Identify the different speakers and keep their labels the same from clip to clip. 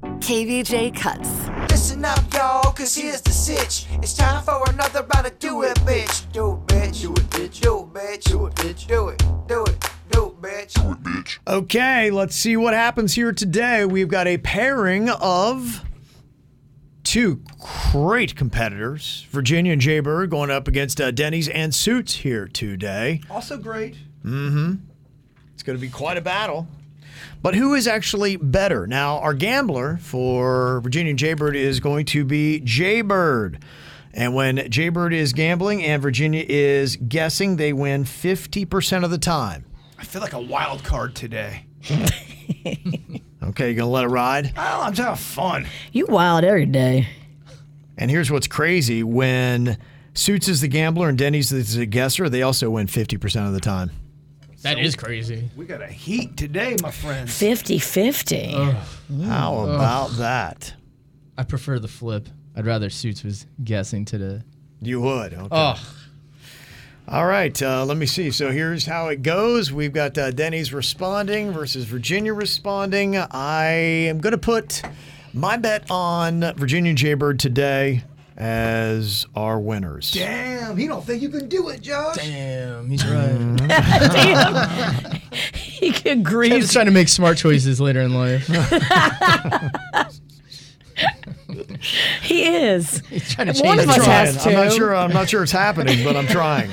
Speaker 1: KVJ Cuts.
Speaker 2: Listen up, y'all, cause here's the sitch. It's time for another round of do it, bitch. Do it, bitch. Do it, bitch. Do it, bitch. Do it, bitch. Do it. Do it. Do it, bitch. Do it, bitch.
Speaker 3: Okay, let's see what happens here today. We've got a pairing of two great competitors, Virginia and Jaybird, going up against uh, Denny's and Suits here today. Mm-hmm.
Speaker 4: Also great.
Speaker 3: It's going to be quite a battle. But who is actually better? Now, our gambler for Virginia and Jaybird is going to be Jaybird. And when Jaybird is gambling and Virginia is guessing, they win 50% of the time.
Speaker 4: I feel like a wild card today.
Speaker 3: Okay, you going to let it ride?
Speaker 4: Oh, I'm just having fun.
Speaker 5: You wild every day.
Speaker 3: And here's what's crazy when Suits is the gambler and Denny's is the guesser, they also win 50% of the time.
Speaker 6: That is crazy.
Speaker 4: We got a heat today, my friends.
Speaker 5: 50 50.
Speaker 3: How about that?
Speaker 6: I prefer the flip. I'd rather Suits was guessing to the.
Speaker 3: You would. Okay.
Speaker 6: Oh,
Speaker 3: All right, uh, let me see. So here's how it goes. We've got uh, Denny's responding versus Virginia responding. I am going to put my bet on Virginia Jaybird today as our winners.
Speaker 4: Damn, he don't think you can do it, Josh.
Speaker 6: damn, he's right.
Speaker 5: he could
Speaker 6: I'm
Speaker 5: grieve.
Speaker 6: just trying to make smart choices later in life.
Speaker 5: He is.
Speaker 6: He's trying to change.
Speaker 5: One of
Speaker 6: the
Speaker 5: us
Speaker 6: track.
Speaker 5: has to.
Speaker 3: I'm not sure. I'm not sure it's happening, but I'm trying.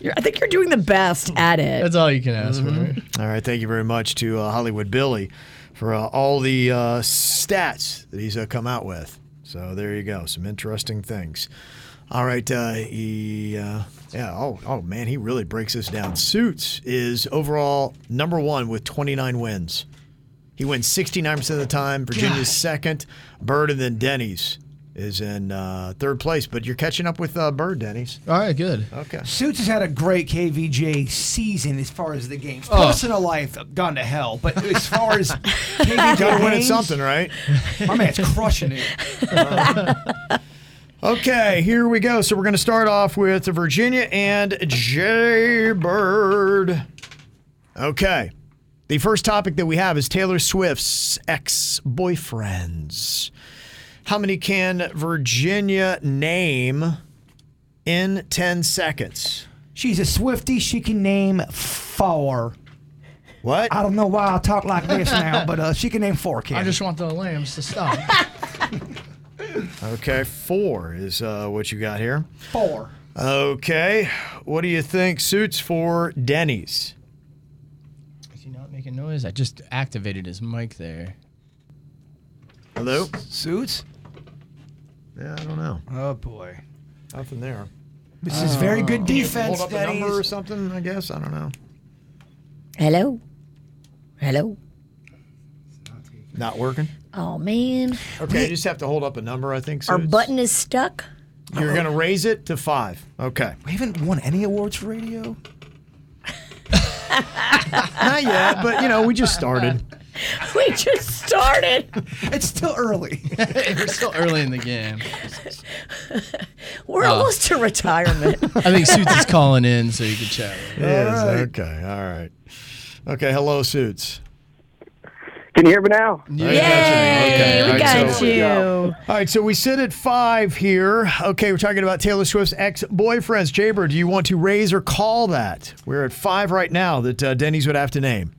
Speaker 5: You're- I think you're doing the best at it.
Speaker 6: That's all you can ask for.
Speaker 3: All right, thank you very much to uh, Hollywood Billy for uh, all the uh, stats that he's uh, come out with. So there you go, some interesting things. All right, uh, he, uh, yeah, oh, oh man, he really breaks this down. Suits is overall number one with 29 wins. He wins 69% of the time. Virginia's second. Bird and then Denny's is in uh, third place, but you're catching up with uh, Bird, Denny's.
Speaker 6: All right, good.
Speaker 3: Okay.
Speaker 4: Suits has had a great KVJ season as far as the game. Personal life gone to hell, but as far as KVJ
Speaker 3: Gotta win at
Speaker 4: games,
Speaker 3: something, right?
Speaker 4: my man's crushing it.
Speaker 3: Okay, here we go. So we're going to start off with Virginia and Jaybird. Okay. The first topic that we have is Taylor Swift's ex boyfriends. How many can Virginia name in 10 seconds?
Speaker 4: She's a Swifty. She can name four.
Speaker 3: What?
Speaker 4: I don't know why I talk like this now, but uh, she can name four kids.
Speaker 6: I just want the lambs to stop.
Speaker 3: Okay, four is uh, what you got here.
Speaker 4: four.
Speaker 3: Okay, what do you think suits for Denny's?
Speaker 6: Is he not making noise? I just activated his mic there.
Speaker 3: Hello?
Speaker 4: Suits.
Speaker 3: Yeah, I don't know.
Speaker 4: Oh boy.
Speaker 3: Nothing there.
Speaker 4: This is very good defense.
Speaker 3: Hold up a
Speaker 4: Denny's.
Speaker 3: number or something, I guess. I don't know.
Speaker 5: Hello? Hello?
Speaker 3: Not working.
Speaker 5: Oh, man.
Speaker 3: Okay, you just have to hold up a number, I think. So
Speaker 5: Our
Speaker 3: it's-
Speaker 5: button is stuck.
Speaker 3: You're going to raise it to five. Okay.
Speaker 4: We haven't won any awards for radio.
Speaker 3: Not yet, but you know, we just started.
Speaker 5: We just started.
Speaker 4: It's still early.
Speaker 6: We're still early in the game.
Speaker 5: We're almost to retirement.
Speaker 6: I think Suits is calling in, so you can chat. with him.
Speaker 3: Yes, Okay. All right. Okay. Hello, suits.
Speaker 7: Can you hear me now?
Speaker 5: Yay!
Speaker 3: Okay, all
Speaker 5: We
Speaker 3: right,
Speaker 5: got
Speaker 3: so-
Speaker 5: you.
Speaker 3: All right. So we sit at five here. Okay. We're talking about Taylor Swift's ex-boyfriends. Jaber, do you want to raise or call that? We're at five right now. That uh, Denny's would have to name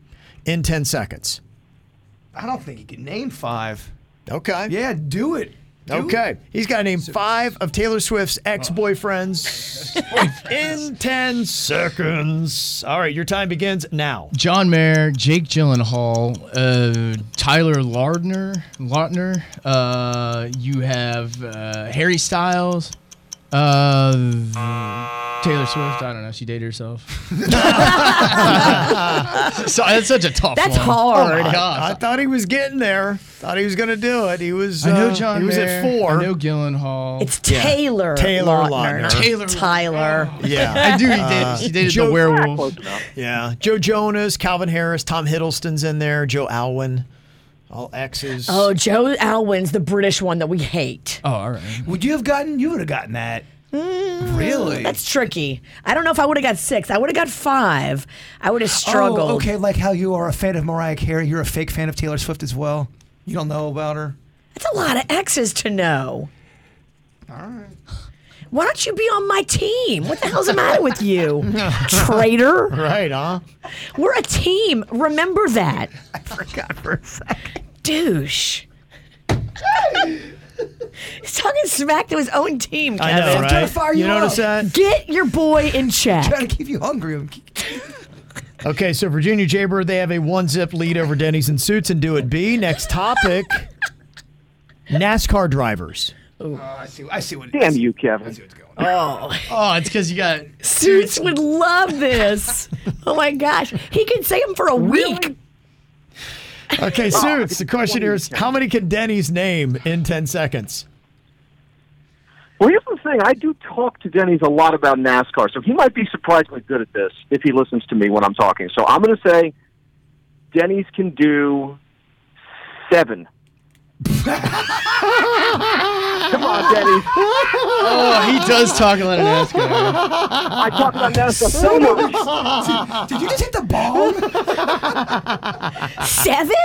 Speaker 3: in ten seconds.
Speaker 4: I don't think he can name five.
Speaker 3: Okay.
Speaker 4: Yeah, do it. Do
Speaker 3: Okay. He's got to name five of Taylor Swift's
Speaker 6: Uh.
Speaker 3: ex boyfriends in 10 seconds. All right. Your time begins now.
Speaker 6: John Mayer, Jake Gyllenhaal, uh, Tyler Lardner, Lardner. Uh, you have uh, Harry Styles. Uh, Taylor Swift. I don't know. She dated herself. so that's such a tough.
Speaker 5: That's
Speaker 6: one.
Speaker 5: hard.
Speaker 6: Oh my
Speaker 3: I
Speaker 6: gosh.
Speaker 3: thought he was getting there. Thought he was going to do it. He was.
Speaker 6: I know
Speaker 3: uh,
Speaker 6: John.
Speaker 3: He was
Speaker 6: Mayer.
Speaker 3: at four.
Speaker 6: I know Gyllenhaal.
Speaker 5: It's Taylor.
Speaker 3: Taylor
Speaker 5: Lautner,
Speaker 3: Lautner.
Speaker 5: not
Speaker 6: Taylor
Speaker 5: Tyler.
Speaker 3: Yeah,
Speaker 6: I do. He did. She dated
Speaker 3: Uh, Joe-
Speaker 6: the werewolf.
Speaker 7: Close enough.
Speaker 3: yeah. Joe Jonas, Calvin Harris, Tom Hiddleston's in there. Joe Alwyn, all X's.
Speaker 5: Oh, Joe Alwyn's the British one that we hate.
Speaker 6: Oh, all right.
Speaker 4: Would you have gotten? You would have gotten that. really?
Speaker 5: Mm, That's tricky. I don't know if I would have got six. I would have got five. I would have struggled.
Speaker 4: Oh, okay, like how you are a fan of Mariah Carey, you're a fake fan of Taylor Swift as well. You don't know about her.
Speaker 5: That's a lot of X's to know. All right. Why don't you be on my team? What the hell's the matter with you, traitor?
Speaker 3: Right, huh?
Speaker 5: We're a team. Remember that,
Speaker 4: I forgot for a second.
Speaker 5: douche. He's talking smack to his own team, Kevin.
Speaker 3: I know,
Speaker 4: I'm trying to
Speaker 3: right?
Speaker 4: fire
Speaker 3: you
Speaker 4: you
Speaker 3: notice
Speaker 4: up.
Speaker 3: that?
Speaker 5: Get your boy in check.
Speaker 4: Trying to keep you hungry. I'm-
Speaker 3: Okay, so Virginia Jaybird, they have a one zip lead over Denny's and Suits and Do It B. Next topic NASCAR drivers.
Speaker 4: I see. I see what.
Speaker 7: Damn you, Kevin.
Speaker 6: Oh, it's because you got.
Speaker 5: Suits would love this. Oh my gosh, he could say them for a week.
Speaker 3: Okay, Suits, the question here is how many can Denny's name in 10 seconds?
Speaker 7: Well, here's the thing. I do talk to Denny's a lot about NASCAR, so he might be surprisingly good at this if he listens to me when I'm talking. So I'm going to say Denny's can do seven. Come on, Denny's.
Speaker 6: Oh, he does talk a lot of NASCAR.
Speaker 7: I talk about NASCAR so much.
Speaker 4: Did you just hit the ball?
Speaker 5: Seven?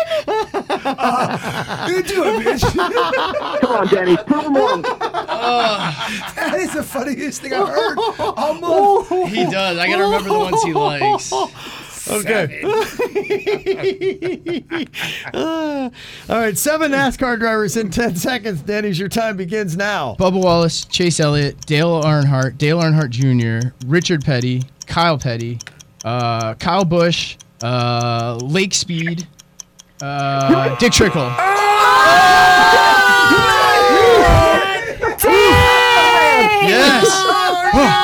Speaker 3: Oh,
Speaker 4: you do it, bitch.
Speaker 5: Oh,
Speaker 7: Come on, Denny's. Prove him wrong.
Speaker 4: that is the funniest thing I've heard all month.
Speaker 6: He does. I gotta remember the ones he likes.
Speaker 3: Okay. Uh, all right, seven NASCAR drivers in 10 seconds. Denny's, your time begins now.
Speaker 6: Bubba Wallace, Chase Elliott, Dale Earnhardt, Dale Earnhardt Jr., Richard Petty, Kyle Petty, uh, Kyle Busch, uh, Lake Speed, uh, Dick Trickle. Yes.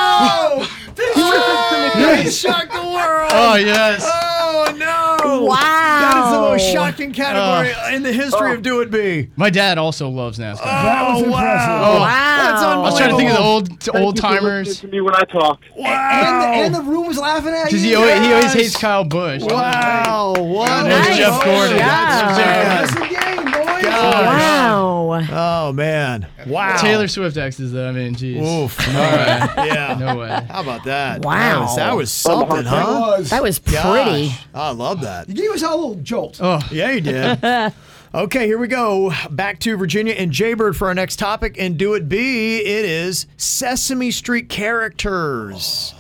Speaker 6: Yes.
Speaker 3: Shock the world.
Speaker 6: Oh yes.
Speaker 3: Oh, no.
Speaker 5: Wow.
Speaker 3: That is the most shocking category
Speaker 6: Oh.
Speaker 3: in the history of Do It Be.
Speaker 6: My dad also loves NASCAR.
Speaker 4: That was
Speaker 3: Oh,
Speaker 4: impressive.
Speaker 6: Oh,
Speaker 3: That's
Speaker 6: I
Speaker 5: Wow.
Speaker 6: was trying to think of the old old
Speaker 7: Thank you for listening
Speaker 6: timers.
Speaker 7: To me when I talk.
Speaker 4: And, the, and the room was laughing at you.
Speaker 6: Because he always, he always
Speaker 3: Yes.
Speaker 6: hates Kyle Busch.
Speaker 3: Wow. What
Speaker 6: There's
Speaker 3: a
Speaker 6: Jeff Gordon.
Speaker 5: Yeah.
Speaker 4: That's the game, boys.
Speaker 5: Wow.
Speaker 3: Oh man! Wow.
Speaker 6: Taylor Swift exes though. I mean, jeez.
Speaker 3: Oof.
Speaker 6: All right.
Speaker 3: Yeah.
Speaker 6: No way.
Speaker 3: How about that? That
Speaker 5: Wow.
Speaker 3: was, that was something,
Speaker 4: That
Speaker 3: huh?
Speaker 4: was.
Speaker 5: That was
Speaker 3: Gosh.
Speaker 5: pretty.
Speaker 3: I love that.
Speaker 4: You gave us all a little jolt.
Speaker 6: Oh,
Speaker 3: Yeah, you did. okay, here we go. Back to Virginia and Jaybird for our next topic. And do it be it is Sesame Street characters.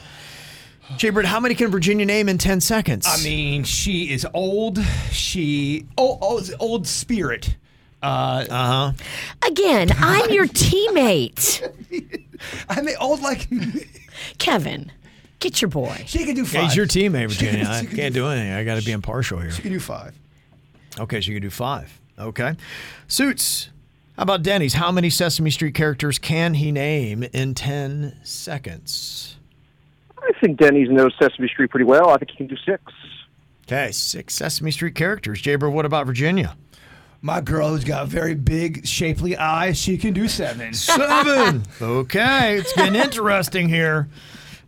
Speaker 3: Jaybird, how many can Virginia name in ten seconds?
Speaker 4: I mean, she is old. She oh, oh it's old spirit. Uh,
Speaker 5: Again, I'm your teammate.
Speaker 4: I mean, old like
Speaker 5: Kevin, get your boy.
Speaker 4: she can do five.
Speaker 3: Yeah, he's your teammate, Virginia. I
Speaker 4: She can
Speaker 3: can't do anything. I got to be impartial here.
Speaker 4: She can do five.
Speaker 3: Okay, so you can do five. Okay. Suits. How about Denny's? How many Sesame Street characters can he name in 10 seconds?
Speaker 7: I think Denny's knows Sesame Street pretty well. I think he can do six.
Speaker 3: Okay, six Sesame Street characters. Jaber, what about Virginia?
Speaker 4: My girl who's got very big, shapely eyes. She can do seven.
Speaker 3: Seven. okay, it's getting interesting here.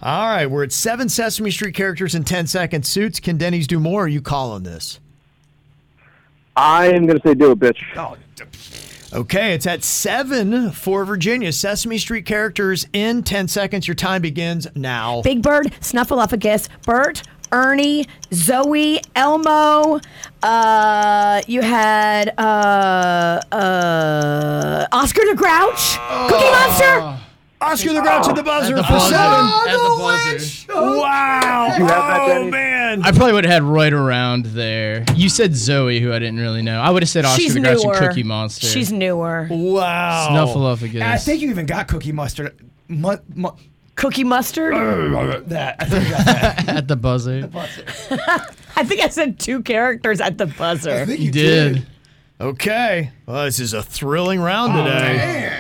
Speaker 3: All right, we're at seven Sesame Street characters in 10 seconds. Suits, can Denny's do more? Or are you calling this?
Speaker 7: I am going to say do it, bitch.
Speaker 4: Oh,
Speaker 3: Okay, it's at seven for Virginia. Sesame Street characters in 10 seconds. Your time begins now.
Speaker 5: Big Bird, Snuffleupagus, Bert, Ernie, Zoe, Elmo. Uh, you had uh, uh, Oscar the Grouch, Cookie
Speaker 6: Oh.
Speaker 5: Monster.
Speaker 3: Oscar the Grouch at the buzzer
Speaker 6: the
Speaker 3: for
Speaker 6: buzzer.
Speaker 3: seven.
Speaker 6: At the buzzer.
Speaker 3: Wow!
Speaker 7: you have that,
Speaker 3: oh
Speaker 7: Denny?
Speaker 3: man!
Speaker 6: I probably would have had right around there. You said Zoe, who I didn't really know. I would have said Oscar
Speaker 5: She's
Speaker 6: the Grouch and
Speaker 5: newer.
Speaker 6: Cookie Monster.
Speaker 5: She's newer.
Speaker 6: Oh.
Speaker 3: Wow!
Speaker 6: Snuffleupagus.
Speaker 4: I think you even got cookie mustard. Mu- mu-
Speaker 5: Cookie Mustard.
Speaker 4: that I think you got that.
Speaker 6: at the buzzer.
Speaker 5: I think I said two characters at the
Speaker 4: I
Speaker 5: buzzer.
Speaker 4: think
Speaker 6: You did.
Speaker 3: Okay. Well, this is a thrilling round today.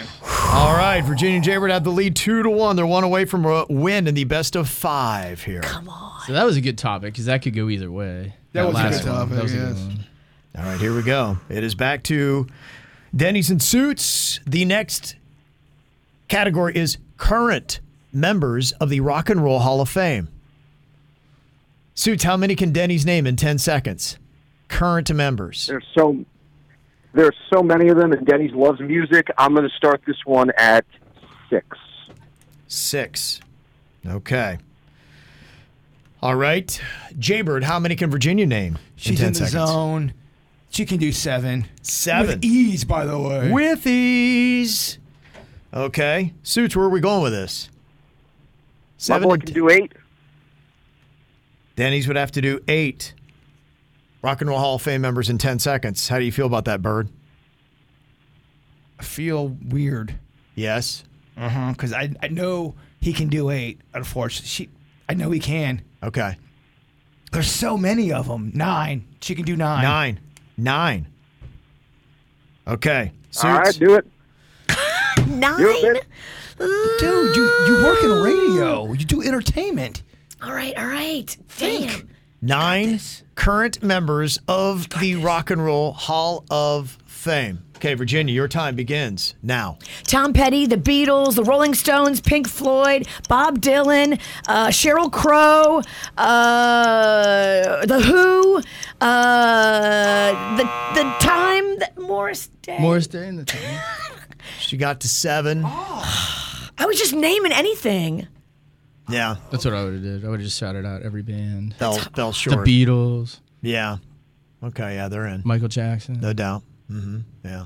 Speaker 3: All right, Virginia Jaybird have the lead two to one. They're one away from a win in the best of five here.
Speaker 6: So that was a good topic because that could go either way.
Speaker 8: That was a
Speaker 6: last
Speaker 8: good
Speaker 6: one,
Speaker 8: topic,
Speaker 6: that was a good
Speaker 8: yes.
Speaker 6: one.
Speaker 3: All right, here we go. It is back to Denny's and Suits. The next category is current members of the Rock and Roll Hall of Fame. Suits, how many can Denny's name in 10 seconds? Current members.
Speaker 7: There's so there's so many of them, and Denny's loves music. I'm going to start this one at six.
Speaker 3: Six. Okay. All right. Jaybird, how many can Virginia name?
Speaker 4: She's in,
Speaker 3: in 10
Speaker 4: the
Speaker 3: seconds?
Speaker 4: zone. She can do seven.
Speaker 3: Seven.
Speaker 4: With ease, by the way.
Speaker 3: With ease. Okay. Suits, where are we going with this?
Speaker 7: My
Speaker 3: Seven.
Speaker 7: boy
Speaker 3: and
Speaker 7: can
Speaker 3: t-
Speaker 7: do eight.
Speaker 3: Denny's would have to do eight. Rock and Roll Hall of Fame members in 10 seconds. How do you feel about that, Bird?
Speaker 4: I feel weird.
Speaker 3: Yes.
Speaker 4: Uh huh. Because I, I know he can do eight. Unfortunately, she. I know he can.
Speaker 3: Okay.
Speaker 4: There's so many of them. Nine. She can do nine.
Speaker 3: Nine. Nine. Okay. Suits.
Speaker 7: All right, do it.
Speaker 5: Nine?
Speaker 4: Dude, you, you work in radio. You do entertainment.
Speaker 5: All right, all right. Damn.
Speaker 3: Nine current members of the Rock and Roll Hall of Fame. Okay, Virginia, your time begins now.
Speaker 5: Tom Petty, the Beatles, the Rolling Stones, Pink Floyd, Bob Dylan, uh, Cheryl Crow, uh, the Who, uh, the the time that Morris Day.
Speaker 6: Morris Day in the time.
Speaker 3: She got to seven.
Speaker 5: I was just naming anything.
Speaker 3: Yeah,
Speaker 6: That's what I would have did. I would have just shouted out every band.
Speaker 3: fell fell short.
Speaker 6: The Beatles,
Speaker 3: Yeah. Okay. Yeah, they're in.
Speaker 6: Michael Jackson.
Speaker 3: No doubt. Mm-hmm. Yeah.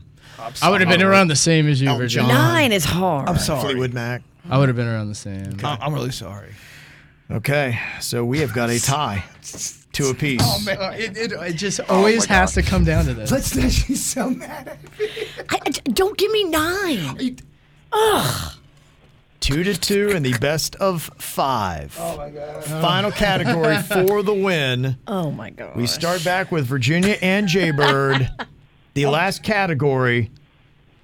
Speaker 6: I would have been around the same as you,
Speaker 3: Elton
Speaker 6: Virginia.
Speaker 3: John.
Speaker 5: Nine is hard.
Speaker 4: I'm sorry.
Speaker 3: Fleetwood Mac.
Speaker 6: I would have been around the same.
Speaker 4: I- I'm really sorry.
Speaker 3: Okay, so we have got a tie, two apiece.
Speaker 6: Uh, It, it, it just always has to come down to this.
Speaker 4: Let's not she's so mad at me.
Speaker 5: I- I- don't give me nine.
Speaker 3: Two to two, and the best of five. Oh my god! Final category for the win.
Speaker 5: Oh my god.
Speaker 3: We start back with Virginia and Jaybird. the last category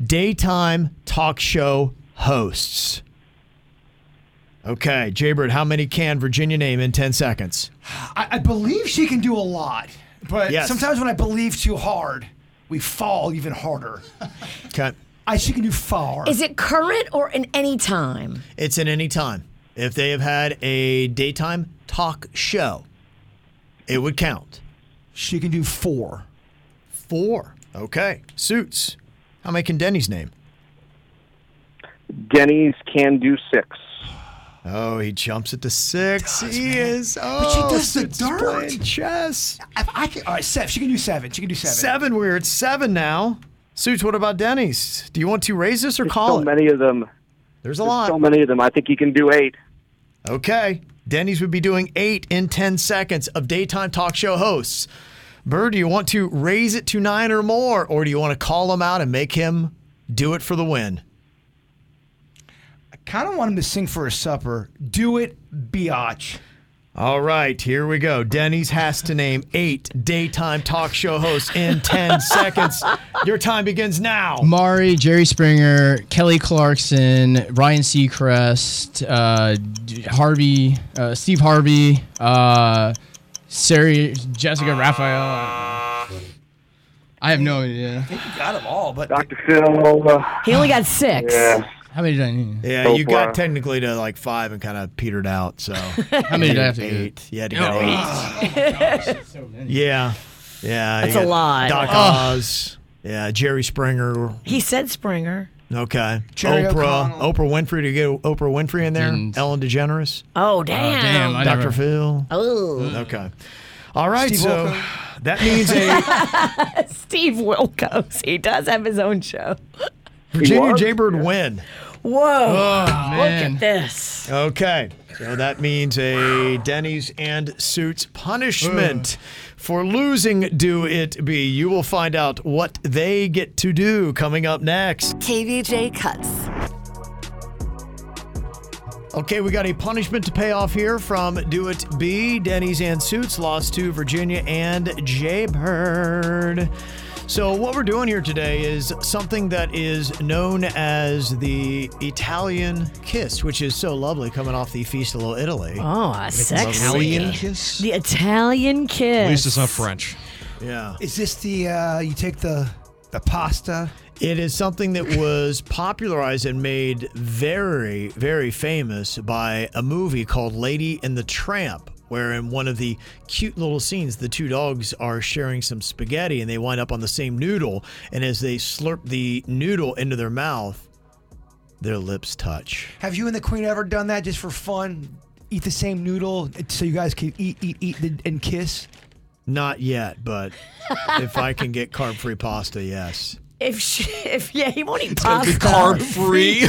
Speaker 3: daytime talk show hosts. Okay, Jaybird, how many can Virginia name in 10 seconds?
Speaker 4: I, I believe she can do a lot, but
Speaker 3: Yes.
Speaker 4: sometimes when I believe too hard, we fall even harder.
Speaker 3: Okay.
Speaker 4: I she can do far.
Speaker 5: Is it current or in any time?
Speaker 3: It's in any time. If they have had a daytime talk show, it would count.
Speaker 4: she can do four.
Speaker 3: Four. Okay. Suits. How many can Denny's name?
Speaker 7: Denny's can do six.
Speaker 3: Oh, he jumps it to six. he is. Oh,
Speaker 4: she does the
Speaker 3: Suits
Speaker 4: dirt.
Speaker 3: playing Chess.
Speaker 4: If I can, all right, seven. She can do seven. She can do seven.
Speaker 3: Seven. We're at seven now. Suits, what about Denny's? Do you want to raise this or call
Speaker 7: So
Speaker 3: it?
Speaker 7: many of them.
Speaker 3: There's a
Speaker 7: So
Speaker 3: lot.
Speaker 7: many of them. I think he can do eight.
Speaker 3: Okay. Denny's would be doing eight in 10 seconds of daytime talk show hosts. Bird, do you want to raise it to nine or more, or do you want to call him out and make him do it for the win?
Speaker 4: I kind of want him to sing for a supper. Do it, biatch.
Speaker 3: All right, here we go. Denny's has to name eight daytime talk show hosts in 10 seconds. Your time begins now.
Speaker 6: Mari, Jerry Springer, Kelly Clarkson, Ryan Seacrest, uh, D- Harvey, uh, Steve Harvey, uh, Sari, Jessica Raphael. I have no idea.
Speaker 4: You got them all, but
Speaker 7: Dr. Phil. Uh,
Speaker 5: He only got six.
Speaker 7: yeah.
Speaker 6: How many did I need?
Speaker 3: Yeah,
Speaker 7: So
Speaker 3: you got
Speaker 7: far.
Speaker 3: technically to like five and kind of petered out. So
Speaker 6: How many did I have to get?
Speaker 3: eight. Yeah, to
Speaker 6: Oh,
Speaker 3: get eight. Yeah. Yeah. you
Speaker 5: That's a
Speaker 3: got
Speaker 5: lot. Oh.
Speaker 3: Doc Oz. Yeah, Jerry Springer.
Speaker 5: He said Springer.
Speaker 3: Okay.
Speaker 4: Jerry
Speaker 3: Oprah.
Speaker 4: O'Connell.
Speaker 3: Oprah Winfrey. to get Oprah Winfrey in there?
Speaker 6: Didn't.
Speaker 3: Ellen DeGeneres.
Speaker 5: Oh damn.
Speaker 6: damn, I
Speaker 3: Dr.
Speaker 6: never-
Speaker 3: Phil.
Speaker 5: oh,
Speaker 3: Okay. All right.
Speaker 4: Steve
Speaker 3: so
Speaker 4: Wilkos.
Speaker 3: that means a
Speaker 5: Steve Wilkos. He does have his own show.
Speaker 3: Virginia
Speaker 7: was?
Speaker 3: Jaybird win.
Speaker 5: Whoa.
Speaker 6: Oh,
Speaker 5: Look
Speaker 6: man.
Speaker 5: at this.
Speaker 3: Okay. So that means a Denny's and Suits punishment for losing Do It Be. You will find out what they get to do coming up next.
Speaker 1: KVJ Cuts.
Speaker 3: Okay, we got a punishment to pay off here from Do It Be. Denny's and Suits lost to Virginia and Jaybird. So, what we're doing here today is something that is known as the Italian kiss, which is so lovely coming off the Feast of Little Italy.
Speaker 5: Oh, uh, sexy.
Speaker 8: Italian kiss?
Speaker 5: The Italian kiss.
Speaker 8: At least it's not French.
Speaker 3: Yeah.
Speaker 4: Is this the uh, you take the the pasta?
Speaker 3: It is something that was popularized and made very, very famous by a movie called Lady and the Tramp, where in one of the cute little scenes, the two dogs are sharing some spaghetti and they wind up on the same noodle. And as they slurp the noodle into their mouth, their lips touch.
Speaker 4: Have you and the Queen ever done that just for fun? Eat the same noodle so you guys can eat, eat, eat, and kiss.
Speaker 3: Not yet, but if I can get carb free pasta, yes.
Speaker 5: If she, if yeah, he won't eat
Speaker 8: Gotta be
Speaker 5: pasta.
Speaker 8: Carb free.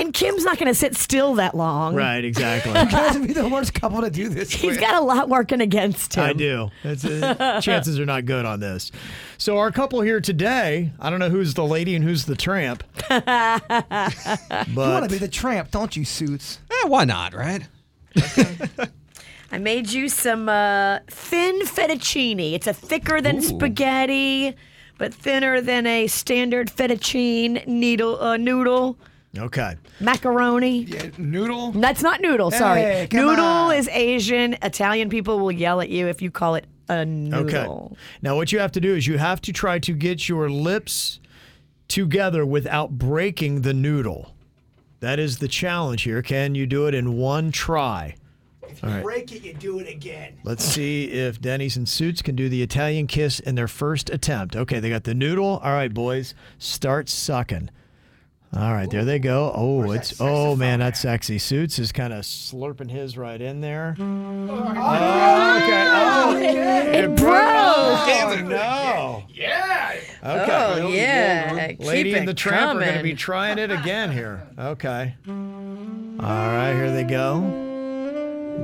Speaker 5: And Kim's not going to sit still that long.
Speaker 3: Right, exactly.
Speaker 4: Guys would be the worst couple to do this.
Speaker 5: He's
Speaker 4: with.
Speaker 5: got a lot working against him.
Speaker 3: I do. That's uh chances are not good on this. So our couple here today, I don't know who's the lady and who's the tramp.
Speaker 4: You want
Speaker 3: but
Speaker 4: to be the tramp, don't you, Suits?
Speaker 8: Eh, why not, right?
Speaker 5: I made you some uh, thin fettuccine. It's a thicker than spaghetti, but thinner than a standard fettuccine needle uh, noodle
Speaker 3: okay.
Speaker 5: macaroni.
Speaker 4: Yeah, noodle.
Speaker 5: That's not noodle.
Speaker 4: Hey,
Speaker 5: sorry,
Speaker 4: come
Speaker 5: noodle
Speaker 4: on.
Speaker 5: is Asian. Italian people will yell at you if you call it a
Speaker 3: Okay.
Speaker 5: noodle.
Speaker 3: Now what you have to do is you have to try to get your lips together without breaking the noodle. That is the challenge here. Can you do it in one try?
Speaker 4: Break it, you do it again.
Speaker 3: Let's see if Denny's and Suits can do the Italian kiss in their first attempt. Okay, they got the noodle. All right, boys, start sucking. All right, there they go. Oh, it's oh man, that's sexy. Suits is kind of slurping his right in there.
Speaker 5: It broke.
Speaker 3: Oh no! Yeah. Okay.
Speaker 5: Oh yeah, keep
Speaker 3: Lady
Speaker 5: it
Speaker 3: and the Tramp are going to be
Speaker 5: coming.
Speaker 3: trying it again here. Okay. All right, here they go.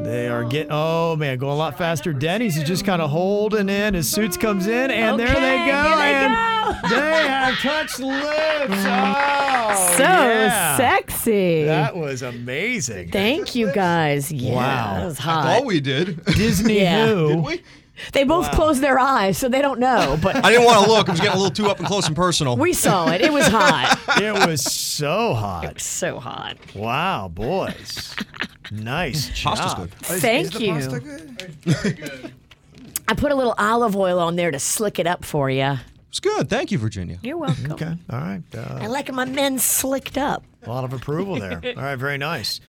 Speaker 3: They are getting. Oh man, going a lot faster. Denny's is just kind of holding in as Suits comes in, and there
Speaker 5: Okay,
Speaker 3: they go,
Speaker 5: here they
Speaker 3: and
Speaker 5: go.
Speaker 3: they have touched lips. Oh,
Speaker 5: so
Speaker 3: yeah.
Speaker 5: sexy.
Speaker 3: That was amazing.
Speaker 5: Thank you guys. Yeah,
Speaker 3: Wow.
Speaker 5: that was
Speaker 8: That's
Speaker 4: Oh,
Speaker 5: hot.
Speaker 8: all we did.
Speaker 3: Disney
Speaker 5: Yeah.
Speaker 3: who?
Speaker 8: Did we?
Speaker 3: oh,
Speaker 5: They both closed their eyes, so they don't know. But
Speaker 8: I didn't want to look. I was getting a little too up and close and personal.
Speaker 5: we saw it. It was hot.
Speaker 3: It was so hot.
Speaker 5: so hot.
Speaker 3: Wow, boys. Nice job.
Speaker 8: Pasta's good.
Speaker 5: Thank you. I put a little olive oil on there to slick it up for you.
Speaker 8: It's good. Thank you, Virginia.
Speaker 5: You're welcome.
Speaker 3: Okay. All right. Uh,
Speaker 5: I like my men slicked up.
Speaker 3: a lot of approval there. All right. Very nice.